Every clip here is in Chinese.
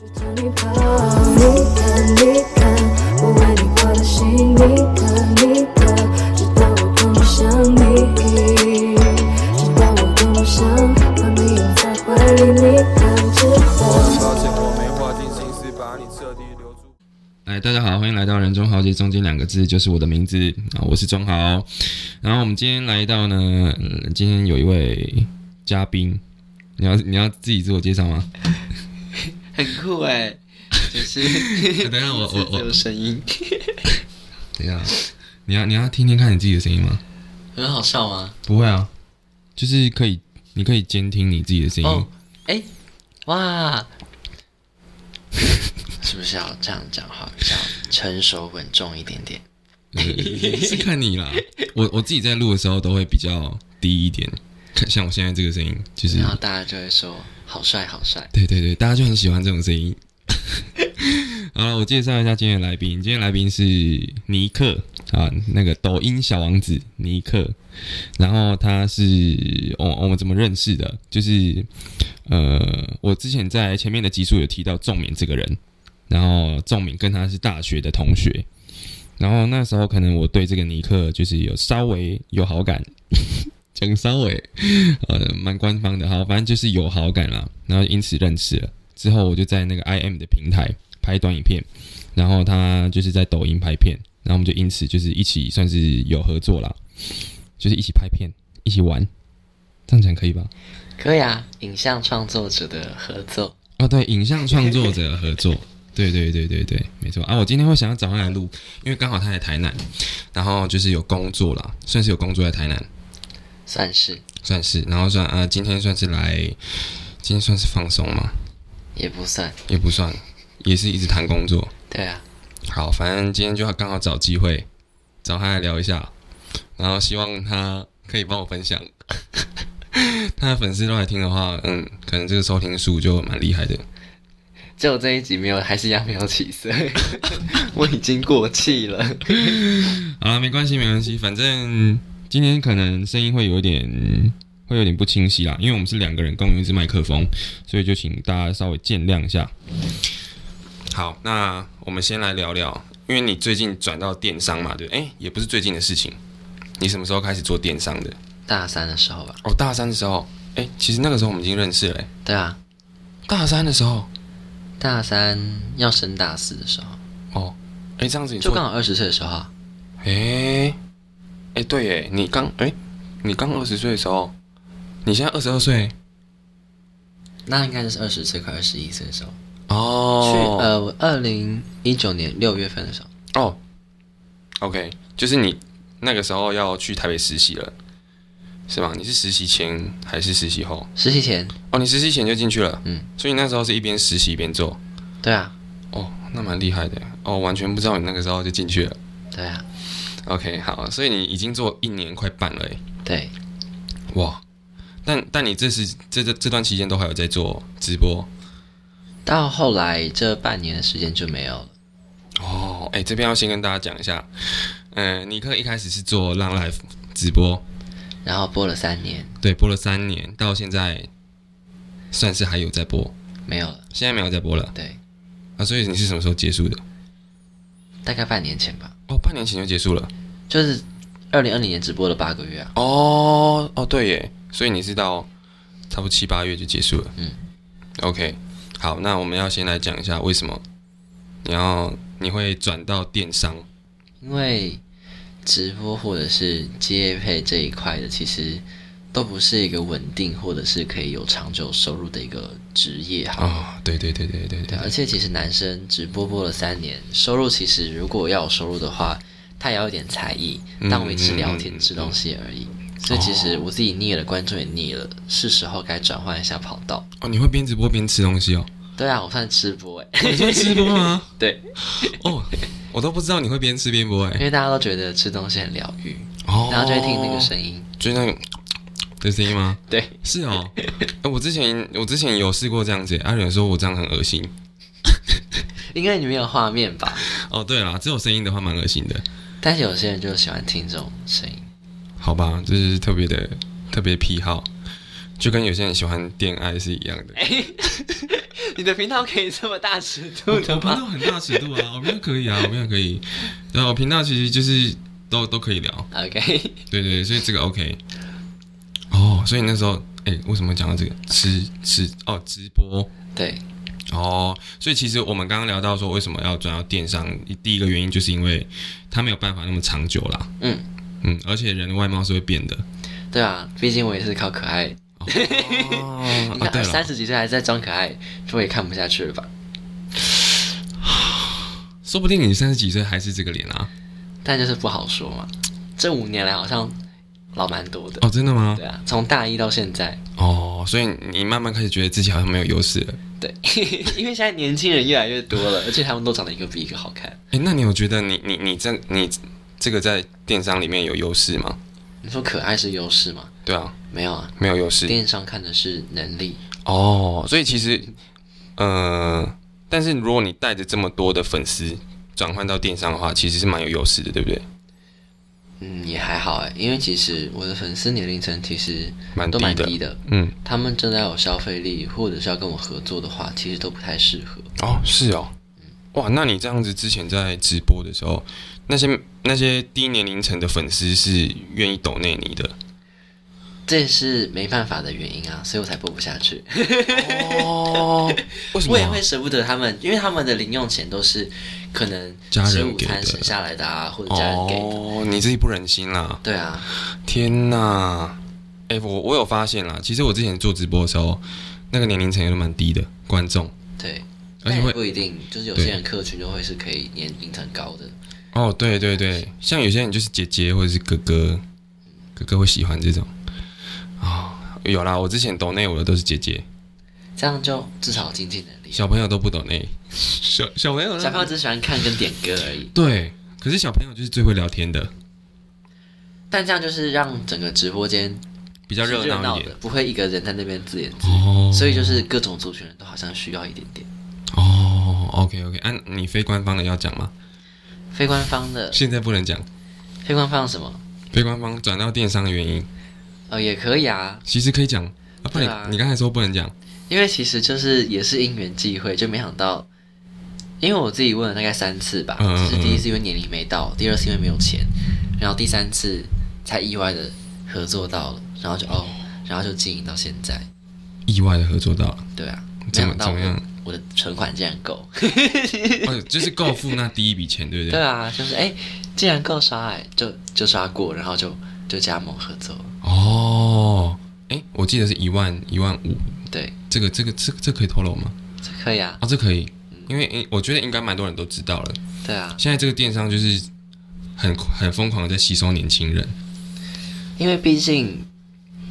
就叫你跑，你的你的，我为你过了心，你的你的，直到我多么想你，直到我多么想把你拥在怀里，你感知我到。超前，我没花尽心思把你彻底留住。哎，大家好，欢迎来到人中豪杰，中间两个字就是我的名字啊，我是中豪。然后我们今天来到呢，呃今天有一位嘉宾，你要你要自己自我介绍吗？很酷哎、就是 等一下我我我这种声音等一下，你要你要听听看你自己的声音吗？很好笑吗？不会啊，就是可以，你可以监听你自己的声音。哦，哎、哇，是不是要这样讲话比较成熟稳重一点点？呃是看你啦，我我自己在录的时候都会比较低一点，看像我现在这个声音，就是然后大家就会说好帅好帅，对对对，大家就很喜欢这种声音。 好了，我介绍一下今天的来宾。今天的来宾是尼克啊，那个抖音小王子尼克。然后他是我、我们怎么认识的？就是呃，我之前在前面的集数有提到仲敏这个人，然后仲敏跟他是大学的同学。然后那时候可能我对这个尼克就是有稍微有好感，讲稍微呃，蛮官方的，好，反正就是有好感啦，然后因此认识了。之后我就在那个 I M 的平台拍短影片，然后他就是在抖音拍片，然后我们就因此就是一起算是有合作啦，就是一起拍片，一起玩，这样讲可以吧？可以啊，影像创作者的合作，哦，对，影像创作者合作，对对对对对，没错啊。我今天会想要找他来录，因为刚好他在台南，然后就是有工作啦，算是有工作在台南，算是算是，然后算啊、今天算是来，今天算是放松嘛，也不算，也不算，也是一直谈工作。对啊，好，反正今天就刚好找机会找他来聊一下，然后希望他可以帮我分享。 他的粉丝都来听的话，嗯，可能这个收听数就蛮厉害的。就这一集没有，还是一样没有起 色，我已经过气了。好了，没关系，没关系，反正今天可能声音会有一点会有点不清晰啦，因为我们是两个人共用一支麦克风，所以就请大家稍微见谅一下。好，那我们先来聊聊，因为你最近转到电商嘛，对不对？哎、也不是最近的事情，你什么时候开始做电商的？大三的时候吧，哦，大三的时候，哎、其实那个时候我们已经认识了、哎对啊，大三的时候，大三要升大四的时候，哦，哎、这样子你就做刚好二十岁的时候啊。哎、哎、对，哎，你刚，哎、你刚二十岁的时候，你现在二十二岁，那应该就是二十岁快二十一岁的时候，去哦，呃，我二零一九年六月份的时候，哦，OK，就是你那个时候要去台北实习了，是吗？你是实习前还是实习后？实习前，哦，你实习前就进去了，嗯，所以你那时候是一边实习一边做，对啊，哦，那蛮厉害的，哦，完全不知道你那个时候就进去了。对啊， OK，好，所以你已经做一年快半了耶，对，哇！但但你这是这这这段期间都还有在做直播到后来这半年的时间就没有了，哦，哎、这边要先跟大家讲一下，嗯、尼克一开始是做浪 life 直播，然后播了三年对，播了三年，到现在算是还有在播，没有了，现在没有在播了对，啊，所以你是什么时候结束的？大概半年前吧，哦，半年前就结束了，就是二零二零年只播了八个月啊，哦哦，对耶，所以你是到差不多七八月就结束了。嗯，OK，好，那我们要先来讲一下为什么你要你会转到电商。因为直播或者是接配这一块的，其实都不是一个稳定或者是可以有长久收入的一个职业哈。哦，对对对对对对对啊，而且其实男生直播播了三年，收入其实如果要有收入的话，他也要有点才艺，嗯但维持聊嗯嗯天嗯吃东西而已。所以其实我自己腻了，观众也腻了，是时候该转换一下跑道。哦，你会边直播边吃东西哦？对啊，我算吃播 哎、欸，你会 吃播吗？对，哦，我都不知道你会边吃边播哎、因为大家都觉得吃东西很疗愈，哦，然后就会听那个，声音。就是那个的声音吗？对，是哦， 哎我之前我之前有试过这样子、啊阿、有人说我这样很恶心。应该你没有画面吧？哦，对啦，只有声音的话蛮恶心的。但是有些人就喜欢听这种声音。好吧，这是特别的哎特别癖好，就跟有些人喜欢恋爱是一样的。 你的频道可以这么大尺度的我频 道吗很大尺度啊，我们可以啊，我们可以。然后我频道其实就是都都可以聊， ？OK，对对，所以这个 OK。哦，所以那时候，哎、为什么讲到这个吃吃哦直播对，哦？所以其实我们刚刚聊到说，为什么要转到电商，第一个原因就是因为它没有办法那么长久啦。嗯，嗯，而且人的外貌是会变 的。对啊，毕竟我也是靠可爱。哦，哦你对看三了，十几岁还在装可爱，我也看不下去了吧？说不定你三十几岁还是这个脸啊？但就是不好说嘛。这五年来好像老蛮多的，哦，真的吗对？啊，从大一到现在，哦，所以你慢慢开始觉得自己好像没有优势了。对， 因为现在年轻人越来越多了，而且他们都长得一个比一个好看。哎，那你有觉得你你你在你这个在电商里面有优势吗？你说可爱是优势吗？对啊，没有啊，没有优势。电商看的是能力。哦，所以其实，呃，但是如果你带着这么多的粉丝转换到电商的话，其实是蛮有优势的，对不对？嗯，也还好哎，因为其实我的粉丝年龄层其实蛮都蛮低的低的，嗯，他们真的要有消费力或者是要跟我合作的话，其实都不太适合。哦，是哦，哇，那你这样子之前在直播的时候，那些那些低年龄层的粉丝是愿意抖内你的这也是没办法的原因啊，所以我才播不下去。哦？ 为什么我也啊？会舍不得他们，因为他们的零用钱都是可能家吃人午给餐的省下来的啊，或者家人给的。哦，你自己不忍心啦！对啊，天哪，哎、我我有发现啦，其实我之前做直播的时候，那个年龄层也都蛮低的观众，对，而且但也会不一定，就是有对些人客群就会是可以年龄层高的。哦，对对对，像有些人就是姐姐或者是哥哥，哥哥会喜欢这种啊、有啦，我之前抖内我的都是姐姐，这样就至少有经济能力。小朋友都不抖内，小小朋友小朋友只喜欢看跟点歌而已，对，可是小朋友就是最会聊天的，但这样就是让整个直播间比比较热闹闹一点的，不会一个人在那边自言自语。哦所以就是各种族群人都好像需要一点点。哦，OK OK，啊，你非官方的要讲吗？非官方的，现在不能讲，非官方的什么？非官方转到电商的原因，呃，也可以啊，其实可以讲啊，不然你、对啊你刚才说不能讲，因为其实就是也是因缘际会，就没想到，因为我自己问了大概三次吧，嗯嗯就是第一次因为年龄没到，第二次因为没有钱，然后第三次才意外的合作到了，然后就哦，然后就经营到现在，意外的合作到 了，对啊，没怎么想到怎么我样？我的存款竟然够，哦，就是够付那第一笔钱，对不对对？啊，就是哎，竟然够刷哎、就就刷过，然后就就加盟合作，哦，哎，我记得是一万一万五，对，这个这个这个这个可以透露吗？这可以啊，啊，这可以，因为诶我觉得应该蛮多人都知道了。对啊，现在这个电商就是很很疯狂的在吸收年轻人。因为毕竟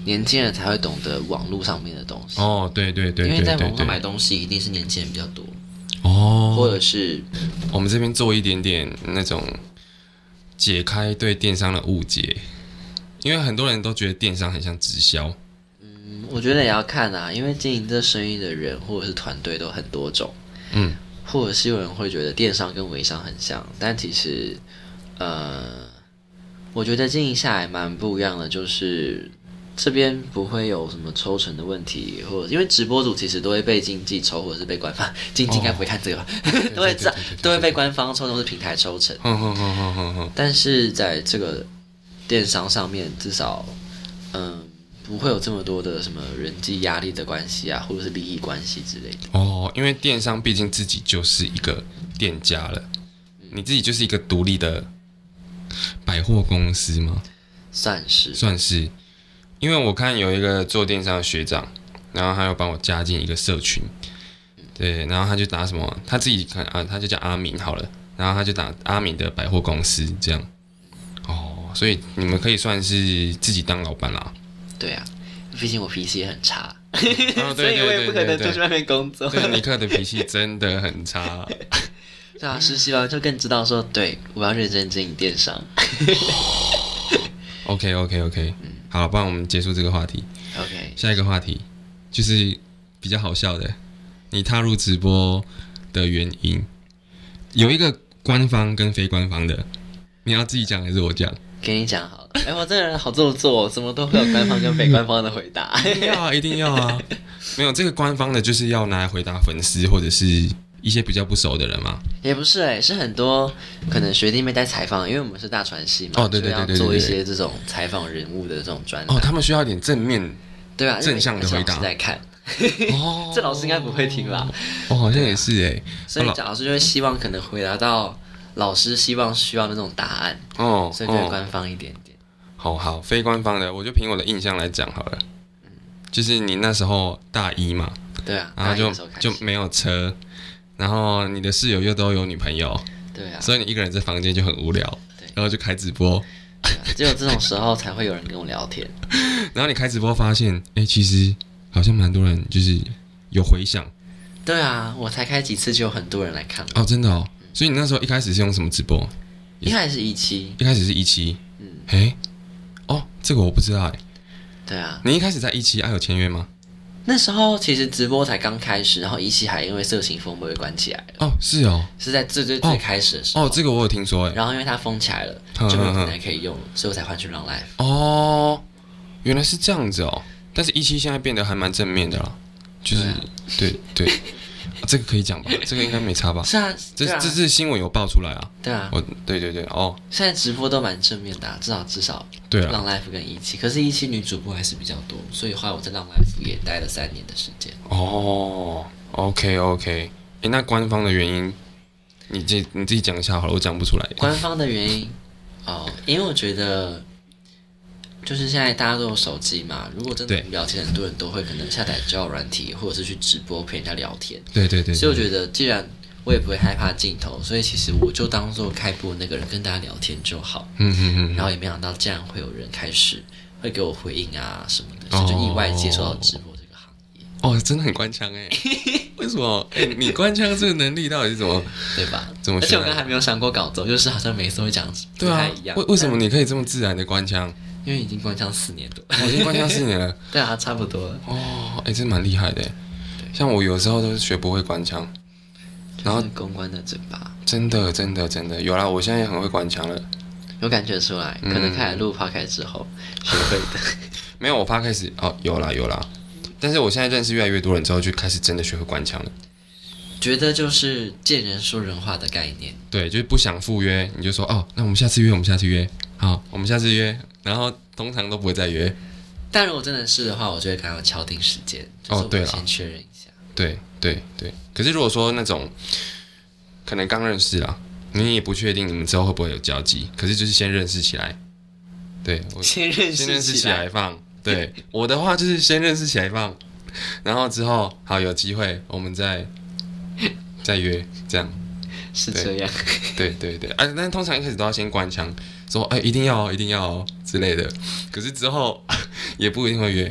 年轻人才会懂得网络上面的东西。哦，对对对因为对在对网络上买对。东西一定是年轻人比较多，或哦，者是我们这边做一点点那种解开对电商的误解，因为很多人都觉得电商很像直销。嗯我觉得也要看啊，因为经营这生意的人或者是团队都很多种，嗯，或者是有人会觉得电商跟微商很像，但其实，呃，我觉得经营下来蛮不一样的，就是这边不会有什么抽成的问题，或者因为直播主其实都会被经济抽，或者是被官方 经济应该不会看这个吧， 都哦对会对这样对对对都会被官方抽成，或是平台抽成。哼哼哼哼哼哼。但是在这个电商上面，至少嗯不会有这么多的什么人际压力的关系啊，或者是利益关系之类的。哦，因为电商毕竟自己就是一个店家了，你自己就是一个独立的百货公司吗？算是算是，因为我看有一个做电商的学长，然后他又帮我加进一个社群，对，然后他就打什么，他自己看啊，他就叫阿敏好了，然后他就打阿敏的百货公司这样，哦，所以你们可以算是自己当老板啦，对啊，毕竟我脾气也很差， 哦，所对以我也对不对对可能出去对。外面工作。对，尼克的脾气真的很差。 对啊，实习完就更知道说，对我要认真经营 电商。 OK OK OK，好，不然我们结束这个话题。 OK，下一个话题就是比较好笑的，你踏入直播的原因，有一个官方跟非官方的，你要自己讲还是我讲？给你讲好了。哎，我这个人好做作，怎么都会有官方跟非官方的回答。一定要啊，一定要啊！ 没有这个官方的，就是要拿来回答粉丝或者是一些比较不熟的人嘛。也不是哎、是很多可能学弟妹在采访，因为我们是大传系嘛，哦对对就要对对对做一对些这种采访人物的这种专栏，哦，他们需要一点正面对吧？正向的回答因为老师在看，。哦 这老师应该不会听啦，哦，好像也是哎、所以老老师就会希望可能回答到老师希望需要的那种答案，哦所以就会哦，官方一点点。好好，非官方的，我就凭我的印象来讲好了。就是你那时候大一嘛，对啊，然后大一就的时候开始就没有车，然后你的室友又都有女朋友，对啊，所以你一个人在房间就很无聊对，然后就开直播，对啊只有这种时候才会有人跟我聊天。然后你开直播发现，哎、其实好像蛮多人就是有回响对啊，我才开几次就有很多人来看我，哦，真的哦。嗯所以你那时候一开始是用什么直播？一开始一期，一开始是一期，嗯，哎、哦，这个我不知道哎、对啊，你一开始在一期，还、有签约吗？那时候其实直播才刚开始，然后一期还因为色情风被关起来了，哦，是哦，是在最最哦最开始的时候。哦，这个我有听说哎、然后因为它封起来了，嗯就没有嗯嗯平台可以用，所以我才换去 Run Life。哦，原来是这样子哦。但是一期现在变得还蛮正面的啦，就是对对、 啊这个可以讲吧？这个应该没差吧？是啊，这、对啊这，是新闻有爆出来啊。对啊，我对对对，哦，现在直播都蛮正面的啊、至少至少对啊了， Run Life 跟一期，可是一期女主播还是比较多，所以后来我在 Run Life 也待了三年的时 间。哦，OK OK，诶，那官方的原因，你自己你自己讲一下好了，我讲不出来。官方的原因哦，因为我觉得就是现在大家都有手机嘛，如果真的对无聊，其实很多人都会可能下载交友软体，或者是去直播陪人家聊天。对对对，所以我觉得，既然我也不会害怕镜头，所以其实我就当做开播那个人跟大家聊天就好。嗯嗯嗯然后也没想到，竟然会有人开始会给我回应啊什么的，所以就意外接触到直播这个行业，哦，真的很官腔 哎、为什么？哎、你官腔这个能力到底是怎么？对吧？怎么而且我学来刚还没有想过搞走，就是好像每次都会讲不对啊太一，样。为为什么你可以这么自然的官腔？但？因为已经关枪四年多， 我已经官腔四年了。对啊，差不多了。哦，哎、真蛮厉害的欸。像我有时候都是学不会官腔，然然后后公关的嘴巴，真的真的真的有啦，我现在也很会官腔了。有感觉出来，可嗯能开始录 p o d 之后学会 的。没有，我发开始哦，有啦有啦。但是我现在认识越来越多人之后，就开始真的学会官腔了。觉得就是见人说人话的概念，对，就是不想赴约，你就说哦，那我们下次约，我们下次约，好，我们下次约，然后通常都不会再约。但如果真的是的话，我就会赶快敲定时间，就哦是我对们啦先确认一下。对对对。可是如果说那种可能刚认识啦，你也不确定你们之后会不会有交集，可是就是先认识起来。对，我先认先认识识起来来，放。对，我的话就是先认识起来放，然后之后好有机会我们再再约这样。是对这样。 对对对，哎、但是通常一开始都要先关枪，说哎、一定要哦，一定要哦之类的。可是之后 也不一定会约，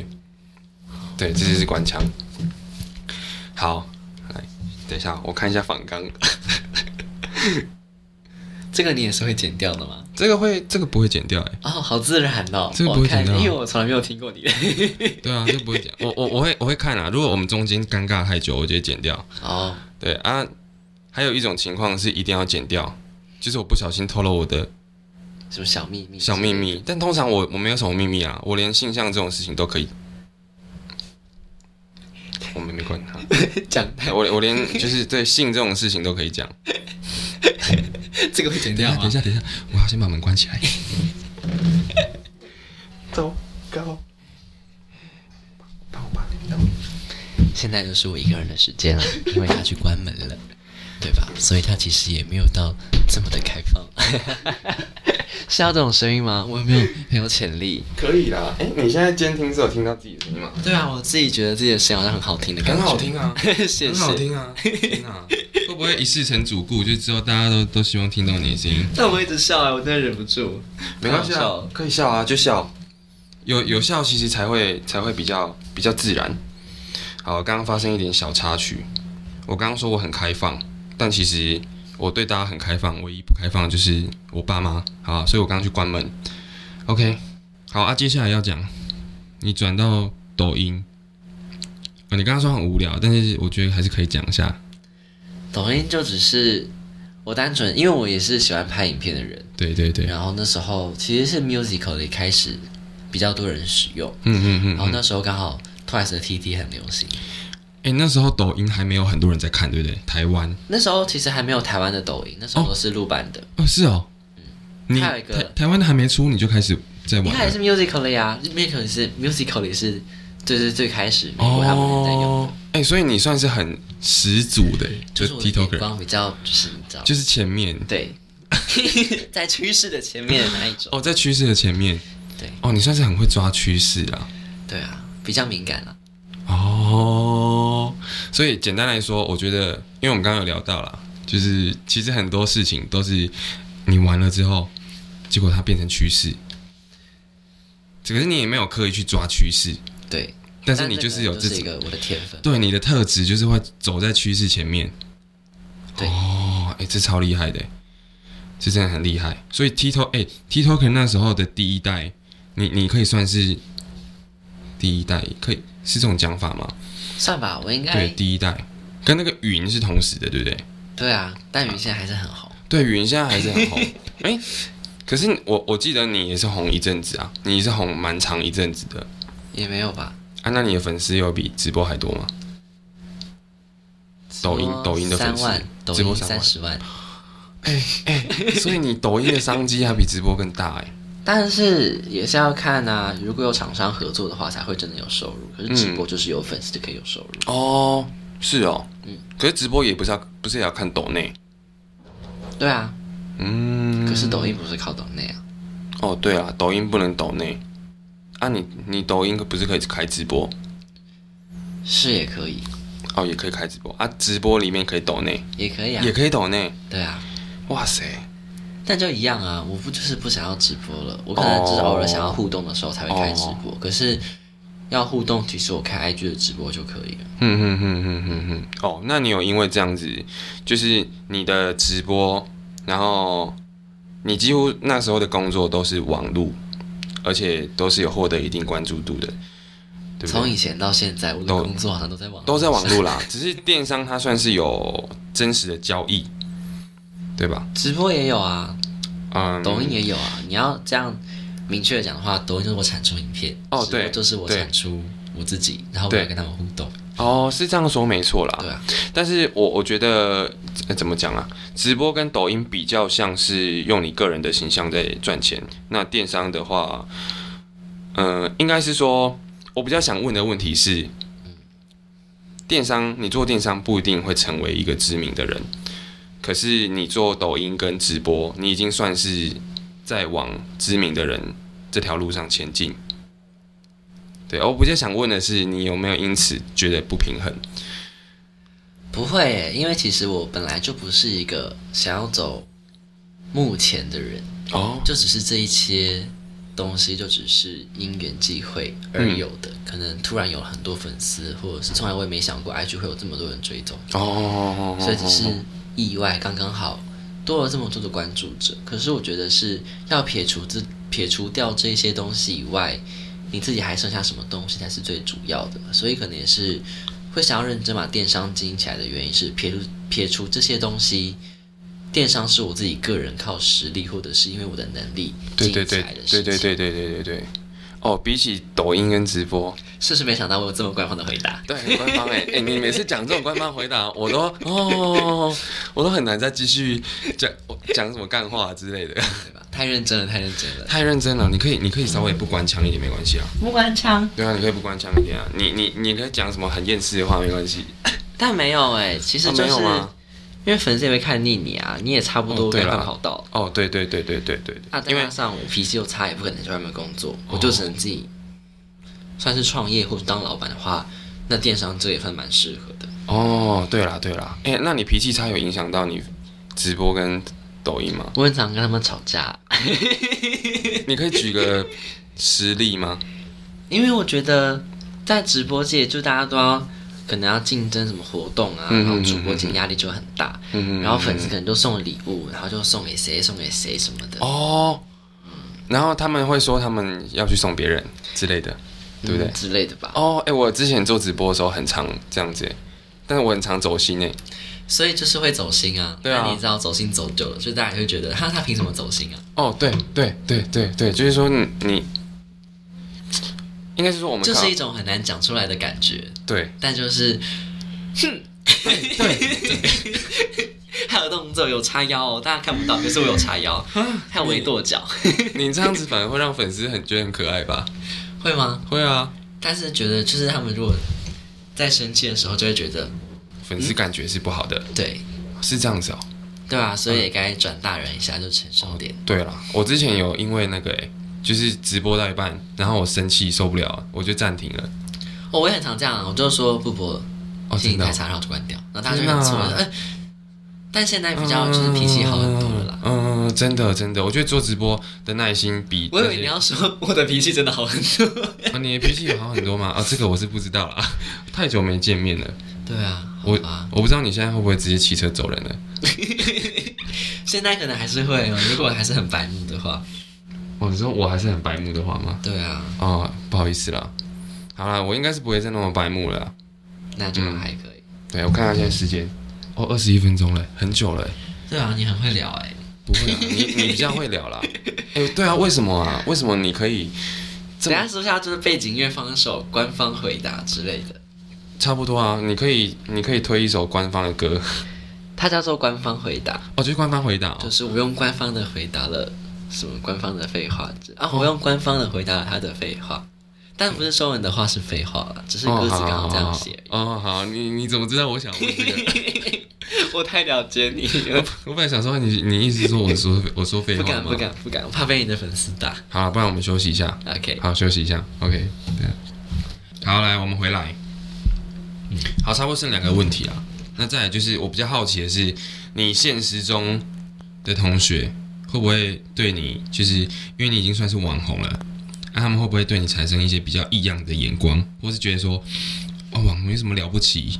对，这就是关枪。好，来，等一下，我看一下仿纲，这个你也是会剪掉的吗？这个会，这个不会剪掉哎、哦，好自然哦。这个不会我看剪掉啊因为我从来没有听过你的。 对啊，这不会剪，我我我会我会看啊。如果我们中间尴尬太久，我就会剪掉。哦，对啊，还有一种情况是一定要剪掉，就是我不小心透露我的什么小秘密？小秘密。但通常我我没有什么秘密啊，我连性向这种事情都可以，我们没管他。 讲太，我我连就是对性这种事情都可以讲。这个会剪等一掉下，吗？等一下，等一下，我要先把门关起来。现在就是我一个人的时间了，因为他去关门了， 对吧？所以他其实也没有到这么的开放。 是要这种声音吗？我有没有很有潜力？ 可以啦，哎、你现在监听是有听到自己的声音吗？对啊，我自己觉得自己的声音好像很好听的感很觉，好听啊， 谢谢。很好听啊，天哪！ 会不会一世成主顾？就之后大家都都希望听到你的声音？但我一直笑哎、我真的忍不住。没关系太啊好笑，可以笑啊，就笑。有有笑，其实才会才会比较比较自然。好，刚刚发生一点小插曲。我刚刚说我很开放，但其实我对大家很开放，唯一不开放的就是我爸妈。好、啊，所以我刚刚去关门。OK，好啊，接下来要讲你转到抖音。啊，你刚刚说很无聊，但是我觉得还是可以讲一下。抖音就只是我单纯，因为我也是喜欢拍影片的人，对对对，嗯然后那时候其实是 musical 的开始比较多人使用，嗯嗯然后嗯。那时候刚好 Twice 的 TT 很流行，哎、那时候抖音还没有很多人在看，对不对？台湾那时候其实还没有台湾的抖音，那时候都是录版的，哦，是哦，你还有一个台台湾的还没出，你就开始在一玩开始了是 musical 的呀，musical 是 musical 也是就是最开始美国他们在用的，，哦哎、所以你算是很始祖的，就是我的眼 TikToker，光比较就是你知道，就是前面 对，在趋势的前面的那一种，哦，在趋势的前面，对哦，你算是很会抓趋势啊。对啊，比较敏感了，哦，所以简单来说，我觉得，因为我们刚刚有聊到啦，就是其实很多事情都是你玩了之后，结果它变成趋势，只是你也没有刻意去抓趋势，对，但是你这就个是有自是一己个我的天分，对你的特质，就是会走在趋势前面。对哦，哎，这超厉害的，这真的很厉害。所以 Tito，哎，Tito 可能那时候的第一代，你你可以算是第一代，可以是这种讲法吗？算吧，我应对，该第一代跟那个云是同时的，对不对？对啊，但云现在还是很好，对，云现在还是很红。哎、可是我我记得你也是红一阵子啊，你也是红蛮长一阵子的也没有吧，啊。那你的粉丝有比直播还多吗？抖音抖音的粉三丝万，抖直播音三三万十万，所以你抖音的商机还比直播更大哎、但是也是要看啊，如果有厂商合作的话，才会真的有收入。可是嗯直播就是有粉丝就可以有收入，哦，是哦，嗯可是直播也不是要不是也要看抖内，对啊。嗯，可是抖音不是靠抖内啊，哦，对啊，抖音不能抖内啊你，你抖音不是可以开直播是也可以，哦，也可以开直播啊，直播里面可以抖内，也可以啊，也可以抖内，对啊。哇塞，但就一样啊，我不就是不想要直播了，我可哦能只是偶尔想要互动的时候才会开直播。可是要互动，其实我开 IG 的直播就可以了。嗯哼哼哼哼哼，哦，那你有因为这样子，就是你的直播，然后你几乎那时候的工作都是网路，而且都是有获得一定关注度的，对不从对？以前到现在，我的都工作好像都在网都在网上路啦， 只是电商它算是有真实的交易，对吧？直播也有啊，嗯，抖音也有啊。你要这样明确的讲的话，抖音就是我产出影片，哦直播对就是我对产出我自己，然后我对来跟他们互动，哦，是这样说没错啦。对啊，但是我我觉得、呃怎么讲啊？直播跟抖音比较像是用你个人的形象在赚钱。那电商的话，嗯、应该是说，我比较想问的问题是，电商你做电商不一定会成为一个知名的人，可是你做抖音跟直播，你已经算是在往知名的人这条路上前进。对，我比较想问的是，你有没有因此觉得不平衡？不会耶，因为其实我本来就不是一个想要走目前的人，哦，就只是这一些东西，就只是因缘际会而嗯有的，可能突然有很多粉丝，或者是从来我也没想过 IG 会有这么多人追踪，哦，所以只是意外，刚刚好多了这么多的关注者。可是我觉得是要撇除这撇除掉这些东西以外，你自己还剩下什么东西才是最主要的。所以可能也是会想要认真把电商经营起来的原因是撇除撇除这些东西。电商是我自己个人靠实力，或者是因为我的能力对经对营起对来的事对情。对对对对对对。哦，比起抖音跟直播，是不是没想到我有这么官方的回 答？对很官方 哎、哎、你每次讲这种官方回答，我都哦，我都很难再继续讲讲什么干话之类的，对吧？太认真了，太认真 了。太认真了。你可以你可以稍微不官腔一点没关系啊，不官腔，对啊，你可以不官腔一点啊，你你你可以讲什么很厌世的话没关系，但没有哎、其实啊就没是、有吗？因为粉丝也会看腻你啊，你也差不哦多对该啦换跑道。哦，对对对对对对啊，对，再因为哦加上我脾气又差，也不可能去外面工作，我就只能自己算是创业或者当老板的话，那电商这也算蛮适合的。哦，对啦对啦，哎、那你脾气差有影响到你直播跟抖音吗？我很常跟他们吵架，你可以举个实例吗？因为我觉得在直播界，就大家都要可能要竞争什么活动啊，嗯然后主播间压力就很大，嗯然后粉丝可能就送礼物，然后就送给谁送给谁什么的。哦，然后他们会说他们要去送别人之类的，对不对？嗯之类的吧。哦，哎、我之前做直播的时候很常这样子，但是我很常走心哎，所以就是会走心啊。对啊但你知道走心走久了，所以大家也会觉得，哈，他凭什么走心啊？哦，对对对对对，就是说你你，应该是说我们这看是到一种很难讲出来的感觉，对但就是，哼，还有动作有叉腰哦，大家看不到，可是我有叉 腰，还有围跺脚，啊你这样子反而会让粉丝很觉得很可爱吧？会吗？会啊，但是觉得就是他们如果在生气的时候，就会觉得粉丝感觉是不好的，对是这样子哦。对啊，所以也该转大人一下，就成熟点。对了，我之前有因为那个、欸，就是直播到一半，然后我生气受不了了，我就暂停了。哦，我也很常这样啊，我就说不播了，哦，真心情的哦、太差，然后就关掉，然后大家就天哪很错的。呃但现在比较就是脾气好很多了啦。嗯，嗯真的真的，我觉得做直播的耐心比我以这为些你要说 我的脾气真的好很多。啊，你的脾气有好很多嘛？啊，这个我是不知道啦， 太久没见面了，对啊，好我 吧，我不知道你现在会不会直接骑车走人了。现在可能还是会哦，如果还是很白目的话。哦，你说我还是很白目的话吗？对啊，哦，不好意思啦。好啦，我应该是不会再那么白目了啦。那就还可以。对，我看看现在时间，哦，二十一分钟了，很久了。对啊，你很会聊哎、不 会啊，你你比较会聊啦。哎、对啊，为什么啊？为什么你可以这等一下么是不是要就是背景音乐放一首官方回答之类的？差不多啊？你可以你可以推一首官方的歌，它叫做官方回答，哦，就是官方回答、就哦。是我用官方的回答了什么官方的废话之啊，我用官方的回答了他的废话，但不是说文的话是废话了，只是歌哦，词好刚好好这样好写而已。哦，好，你你怎么知道我想问这个？ 我太了解你了，我本来想说你你一直说我说我说废不话敢吗不敢不敢，我怕被你的粉丝打。好了，不然我们休息一下。 OK，好，休息一下。OK，对啊。好，来，我们回来。好，差不多剩两个问题啊。那再来就是，我比较好奇的是，你现实中的同学会不会对你，就是因为你已经算是网红了，那、他们会不会对你产生一些比较异样的眼光，或是觉得说，哦，网红有什么了不起？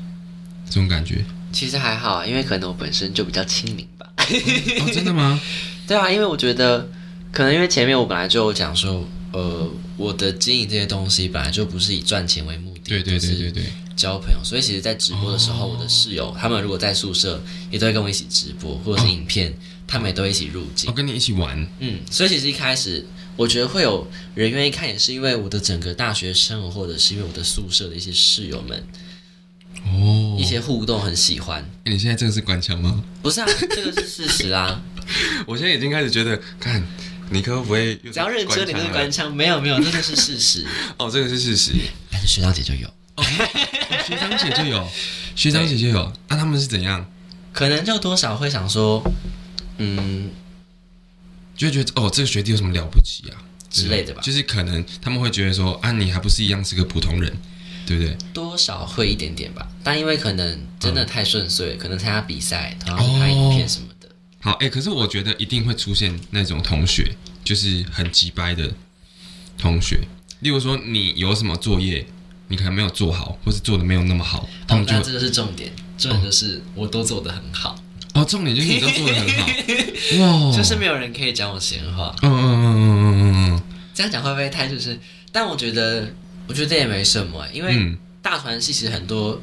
这种感觉其实还好啊，因为可能我本身就比较亲民吧。 哦，真的吗？对啊，因为我觉得，可能因为前面我本来就有讲说，呃，我的经营这些东西本来就不是以赚钱为目的，对对对对就是对，交朋友。所以其实，在直播的时候，我的室友他们如果在宿舍，也都会跟我一起直播，或者是影片，他们也都一起入我、境。哦跟你一起玩，嗯，所以其实一开始我觉得会有人愿意看，也是因为我的整个大学生活，或者是因为我的宿舍的一些室友们哦哎一些互动很喜欢。你现在这个是官腔吗？不是啊，这个是事实啊。我现在已经开始觉得，看尼克会不会又只要认真，你官就是腔了啊官腔，没有没有，这个是 事实。哦，这个是事实。但是学长姐就有，学长姐就 有，学长姐就有。那、他们是怎样？可能就多少会想说，嗯，就会觉得哦，这个学弟有什么了不起啊之类的吧就是可能他们会觉得说啊，你还不是一样是个普通人，对不对？多少会一点点吧。但因为可能真的太顺遂，可能参加比赛，然后拍影片什么的，好，哎、可是我觉得一定会出现那种同学，就是很急掰的同学。例如说，你有什么作业，你可能没有做好，或是做的没有那么好，他哦们，就那会这个是重点，重点就是我都做得很好，哦，重点就是你都做的 很好，哇，就是没有人可以讲我闲话。嗯嗯嗯嗯嗯嗯这样讲会不会太就是？但我觉得，我觉得也没什么、欸因嗯为嗯，大传系其实很多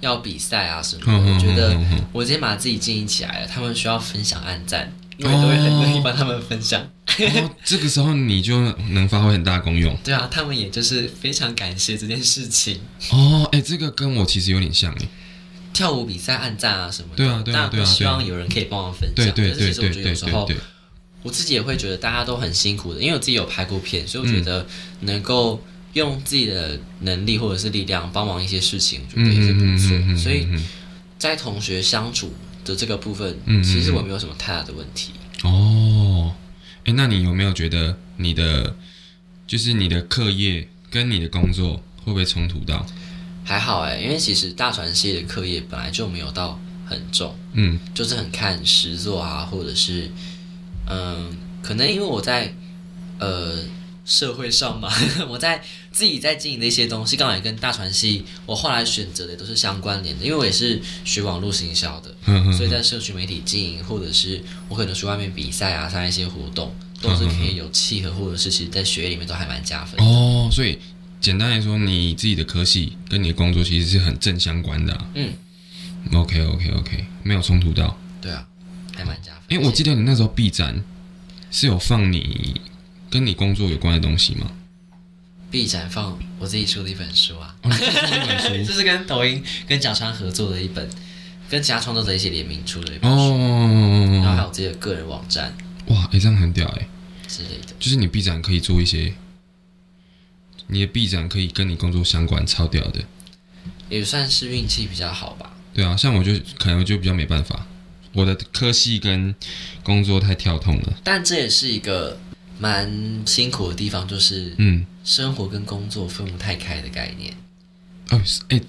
要比赛啊什么嗯的，嗯我觉得嗯嗯嗯我今天把自己经营起来了，他们需要分享暗赞，因为我都会很乐意帮他们分享。哦，这个时候你就能发挥很大功用。对啊，他们也就是非常感谢这件事情。哦，哎、这个跟我其实有点像哎。跳舞比赛按赞啊什么的，对啊对啊那对啊对啊我希望有人可以帮我分享。对对可对是其实我对觉得有对时对候对，我自己也会觉得大家都很辛苦的，因为我自己有拍过片，所以我觉得能够用自己的能力或者是力量帮忙一些事情，我觉得也是不错。所以嗯在同学相处的这个部分，嗯嗯其实我没有什么太大的问题。哦，哎、那你有没有觉得你的就是你的课业跟你的工作会不会冲突到？还好哎、因为其实大传系的课业本来就没有到很重，嗯就是很看实作啊，或者是嗯，可能因为我在呃社会上嘛， 我在自己在经营的一些东西，刚好也跟大传系我后来选择的都是相关联的，因为我也是学网络行销的，哼哼所以在社群媒体经营，或者是我可能去外面比赛啊，参加一些活动，都是可以有契合，或者是其实在学业里面都还蛮加分的。嗯哦，所以简单来说，你自己的科系跟你的工作其实是很正相关的啊、嗯 OK OK OK，没有冲突到。对啊，还蛮加分。哎、我记得你那时候 B 站是有放你跟你工作有关的东西吗？ B 展放我自己出的一本书啊，哦，你是放那本 这书是跟抖音跟甲川合作的一本，跟其他创作者一起联名出的一本书，然后哦，还有我自己的个人网站哇，哎、这样很屌哎、之类的。就是你 B 展可以做一些，你的 B 展可以跟你工作相关，超屌的。也算是运气比较好吧。对啊，像我就可能就比较没办法，我的科系跟工作太跳痛了。但这也是一个蛮辛苦的地方，就是嗯，生活跟工作分不太开的概念。哦，是哎、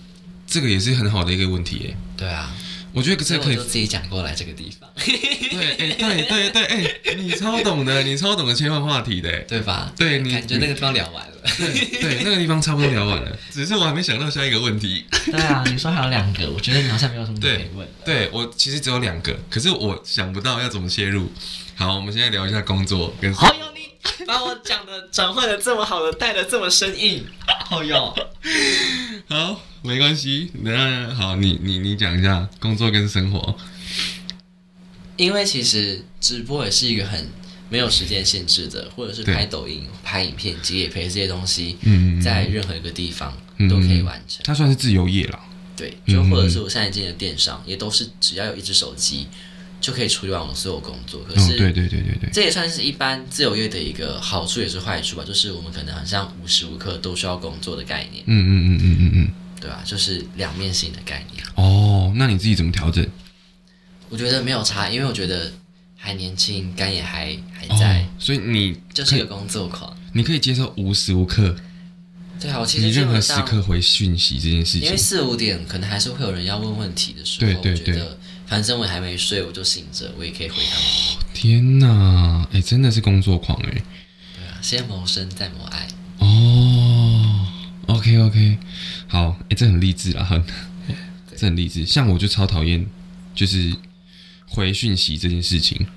这个也是很好的一个问题哎、对啊，我觉得这所以个可我以就自己讲过来这个地方，对，哎、对对对，哎、你超懂的，你超懂得切换话题的、哎 对吧？对你 感觉那个地方聊完了。对，那个地方差不多聊完了， 只是我还没想到下一个问 题。对啊，你说还有两个，我觉得你好像没有什么对可以问了。对我其实只有两个，可是我想不到要怎么切入。好，我们现在聊一下工作跟好友，你把我讲的转换的这么好的，带的这么生硬，好友。好，没关系。那好，你你你讲一下工作跟生活。因为其实直播也是一个很没有时间限制的，或者是对拍抖音、拍影片、集野配这些东西，嗯在任何一个地方嗯都可以完成。它算是自由业啦。对，嗯就或者是我现在进的电商，也都是只要有一只手机就可以处理完我所有工作。可嗯，是、对对对对对，这也算是一般自由业的一个好处，也是坏处吧，就是我们可能好像无时无刻都需要工作的概念，嗯嗯嗯嗯嗯嗯。对吧、就是两面性的概念。哦，那你自己怎么调整？我觉得没有差，因为我觉得还年轻，肝也还还在，哦，所以你就是一个工作狂。你可以接受无时无刻，对啊，我其你实基任何本时上刻回讯息这件事因情。为四五点可能还是会有人要问问题的时候，对对我觉得反正我还没睡，我就醒着，我也可以回他们。天哪，哎、真的是工作狂哎、对啊，先谋生再谋爱。哦，OK OK，好，哎、这很励志啊， 很，这很励志。像我就超讨厌，就是回讯息这件事情。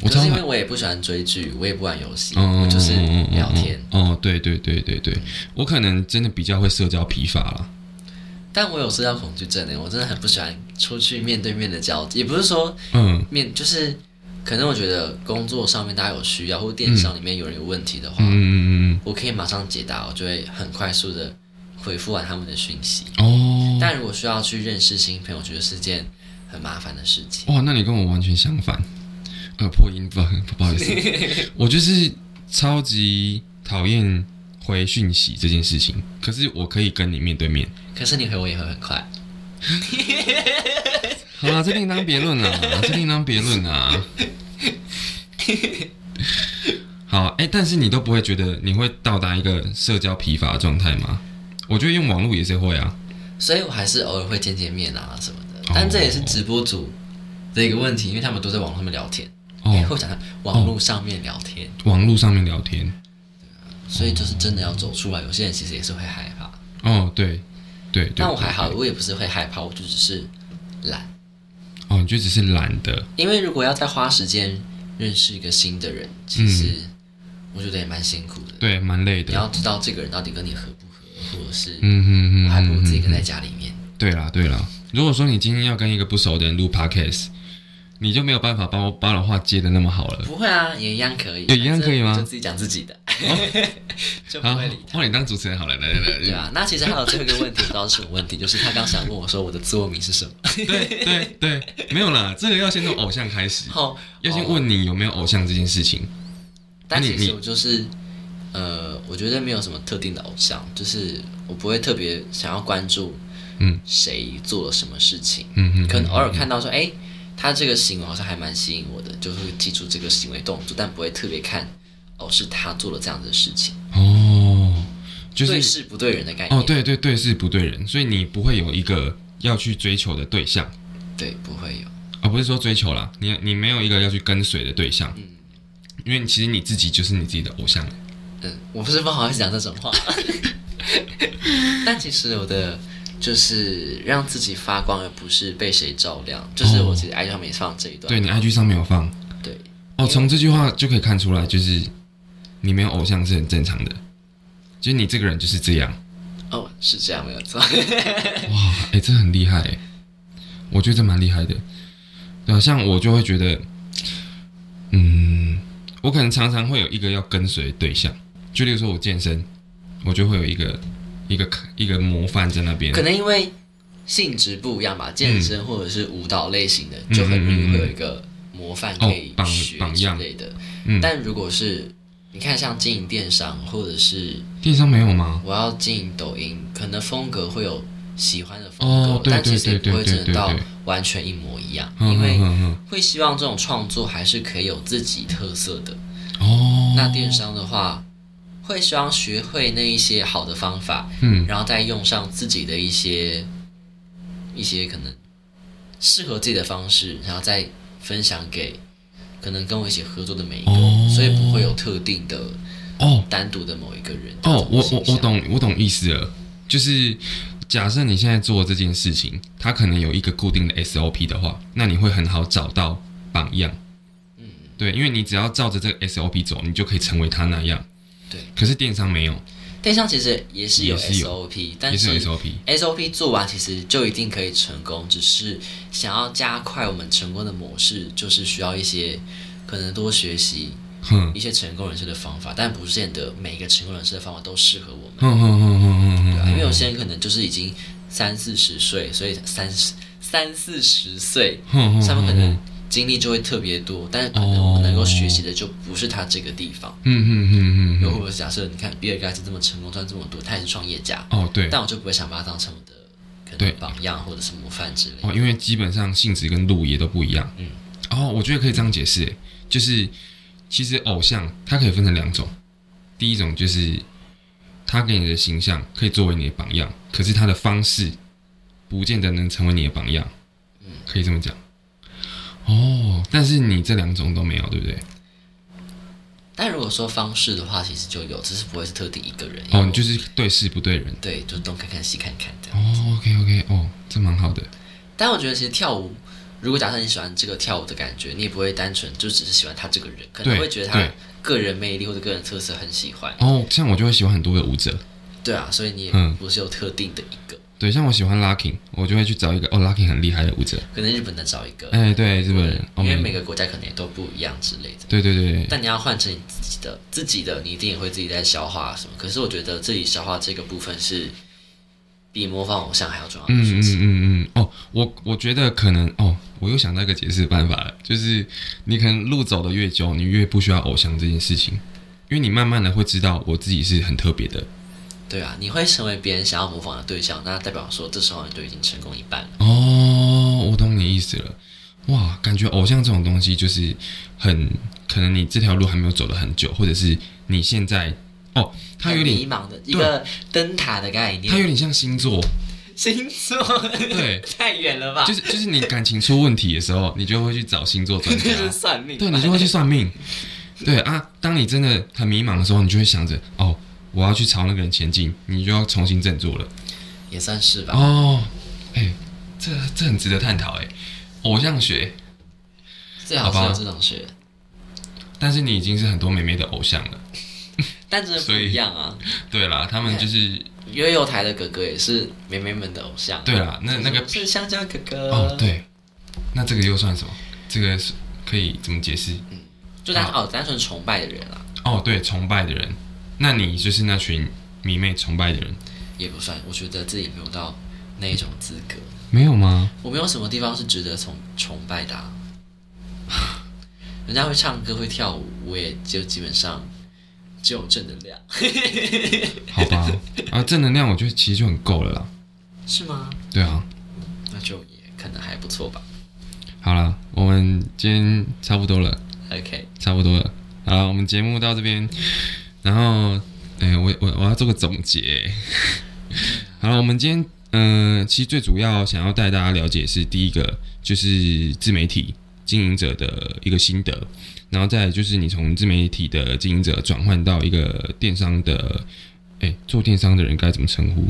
我就超嗯是因讨为我也不喜欢追剧，我也不玩游戏，嗯，我哦就是聊天。哦。哦，对对对对对，我可能真的比较会社交疲乏啦。但我有社交恐惧症欸的，我真的很不喜欢出去面对面的交际，也不是说嗯面，就是可能我觉得工作上面大家有需要，或电嗯商里面有人有问题的话，嗯嗯嗯我可以马上解答，我就会很快速的回复完他们的讯息。嗯，哦，但如果需要去认识新朋友，我觉得是件很麻烦的事情。哇，那你跟我完全相反。呃，破音，不不好意思， 我就是超级讨厌回讯息这件事情，可是我可以跟你面对面。可是你回我也会很快，好啦，这另当别论啦， 这另当别论啦。好，哎、但是你都不会觉得你会到达一个社交疲乏的状态吗？我觉得用网络也是会啊。所以我还是偶尔会见见面啊什么的哦。但这也是直播组的一个问题，因为他们都在网络上面聊天，哎哦 或，者讲网络上面聊天，网络上面聊天。所以就是真的要走出来。有些人其实也是会害怕，哦，对，对对。但我还好，对我也不是会害怕，我就只是懒。哦，你就只是懒得。因为如果要再花时间认识一个新的人，其实嗯我觉得也蛮辛苦的。对，蛮累的你。要知道这个人到底跟你合不合，或者是嗯哼嗯我哼，还不如自己跟跟在家里面。对啦，对啦。如果说你今天要跟一个不熟的人录 podcast，你就没有办法把我把老话接的那么好了。不会啊，也一样可以，也一样可以吗哦反正就自己讲自己的， 就不好会理，他。换你当主持人好了，来来来，对啊，那其实还有最后一个问题，不知道是什么问题，就是他刚想问我说我的座右铭是什么。 对对对，没有啦，这个要先从偶像开始，好，要先问你有没有偶像这件事情。但那你其实你我就是，呃，我觉得没有什么特定的偶像，就是我不会特别想要关注，嗯，谁做了什么事情，嗯哼，可能偶尔看到说，哎、他这个行为好像还蛮吸引我的，就是会记住这个行为动作，但不会特别看，哦，是他做了这样子的事情，哦，就对是事不对人的概念。哦，对对对，是不对人，所以你不会有一个要去追求的对象，对，不会有。而、不是说追求啦，你你没有一个要去跟随的对象，嗯因为其实你自己就是你自己的偶像。嗯，我不是不好意思讲这种 话，但其实我的就是让自己发光，而不是被谁照亮。就是我其实 IG 上面也放这一段，哦对你 IG 上面有放对啊哦，从这句话就可以看出来，就是你没有偶像是很正常的，就是你这个人就是这样。哦，是这样没有错。欸哇，哎、这很厉害哎。我觉得这蛮厉害的。对啊，像我就会觉得，嗯，我可能常常会有一个要跟随的对象，就例如说我健身，我就会有一个一个一个模范在那边 可。能因为性质不一样吧，健身或者是舞蹈类型的，就很容嗯嗯嗯嗯易嗯会有一个模范可以哦榜学榜之样类的。嗯但如果是你看像经营电商，或者是电商没有吗？我要经营抖音，可能风格会有喜欢的风格，哦对但其实对也对不会对真的对到对完全一模一样，嗯因嗯为嗯会希望这种创作还是可以有自己特色的。嗯哦，那电商的话，会希望学会那一些好的方法，嗯然后再用上自己的一些一些可能适合自己的方式，然后再分享给可能跟我一起合作的每一个，哦所以不会有特定的哦单独的某一个人。哦，我我我这种懂我懂意思了，就是假设你现在做这件事情，它可能有一个固定的 SOP 的话，那你会很好找到榜样。嗯对，因为你只要照着这个 SOP 走，你就可以成为他那样。对，可是电商没有，形象电商其实也是有也是有 SOP，但也是有是 SOP。 SOP 做完，其实就一定可以成功，只是想要加快我们成功的模式，就是需要一些可能多学习哼一些成功人士的方法，但不见得每一个成功人士的方法都适合我们，哼哼哼哼哼对啊啊，因哼，为有些人可能就是已经三四十岁，所以三十三四十岁，哼哼他们可哼能哼经历就会特别多，但是可能哦我们能够学习的就不是他这个地方。嗯哼哼又哼或者假设你看比尔盖茨这么成功，赚这么多，他也是创业家，哼，哦对，但我就不会想把他当成我的可对能榜样或者是模范之类哦，的。因为基本上性质跟路也都不一样。嗯，哦，我觉得可以这样解释，诶就是其实偶像它可以分成两种，第一种就是他给你的形象可以作为你的榜样，可是他的方式不见得能成为你的榜样，可以这么讲。哦，但是你这两种都没有，对不对？但如果说方式的话，其实就有，只是不会是特定一个人。因哦，为你就是对事不对人。对，就东看看西看看这样。哦，OK OK，哦，这蛮好的。但我觉得其实跳舞，如果假设你喜欢这个跳舞的感觉，你也不会单纯就只是喜欢他这个人，可能对会觉得他对个人魅力或者个人特色很喜欢。哦，像我就会喜欢很多个舞者，对啊，所以你也嗯不是有特定的一个，对，像我喜欢 Lucky，我就会去找一个哦，Lucky 很厉害的舞者。可能日本的找一个，哎，对，日本人，哦因为美每个国家可能也都不一样之类的。对对对，对但你要换成你自己的，自己的你一定也会自己在消化什么。可是我觉得自己消化这个部分是比模仿偶像还要重要的嗯事嗯情。嗯嗯，哦，我我觉得可能哦，我又想到一个解释办法了，就是你可能路走的越久，你越不需要偶像这件事情，因为你慢慢的会知道我自己是很特别的。对啊，你会成为别人想要模仿的对象，那代表说这时候你就已经成功一半了。哦，我懂你意思了。哇，感觉偶像这种东西就是很可能你这条路还没有走得很久，或者是你现在哦，它有很点迷茫的一个灯塔的概它有念，点像星座，星座对， 太远了吧？就是就是你感情出问题的时候，你就会去找星座 专家这。是算命，对你就会去算命。对啊，当你真的很迷茫的时候，你就会想着哦，我要去朝那个人前进，你就要重新振作了。也算是吧。哦，哎、这这很值得探讨哎、偶像学，最好好吧是有这种学，但是你已经是很多妹妹的偶像了。但真的不所以一样啊。对啦，他们就是悠悠台的哥哥也是妹妹们的偶像。啊对啦，那那个是香蕉哥哥哦，对，那这个又算什么？这个是可以怎么解释？就单哦单纯崇拜的人啊啦，哦，对，崇拜的人，那你就是那群迷妹崇拜的人，也不算。我觉得自己没有到那一种资格，没有吗？我没有什么地方是值得崇崇拜的、 啊。人家会唱歌会跳舞，我也就基本上只有正能量， 好吧， 啊，正能量我觉得其实就很够了啦。是吗？对啊，那就也可能还不错吧。好了，我们今天差不多了， OK，差不多了。好啦，我们节目到这边，然后，哎、我我我要做个总结。 好了，我们今天，嗯、其实最主要想要带大家了解是第一个就是自媒体经营者的一个心得，然后再来就是你从自媒体的经营者转换到一个电商的，哎、做电商的人该怎么称呼？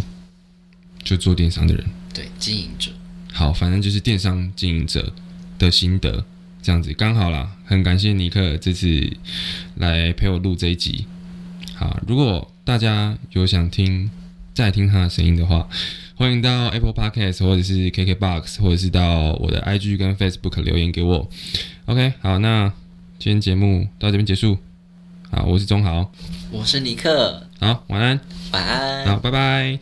就做电商的人。对，经营者，好，反正就是电商经营者的心得，这样子刚好啦。很感谢尼克这次来陪我录这一集。好，如果大家有想听再听他的声音的话，欢迎到 Apple Podcast 或者是 KKBox，或者是到我的 IG 跟 Facebook 留言给我。OK，好，那今天节目到这边结束。好，我是钟豪，我是尼克，好，晚安，晚安。好，拜拜。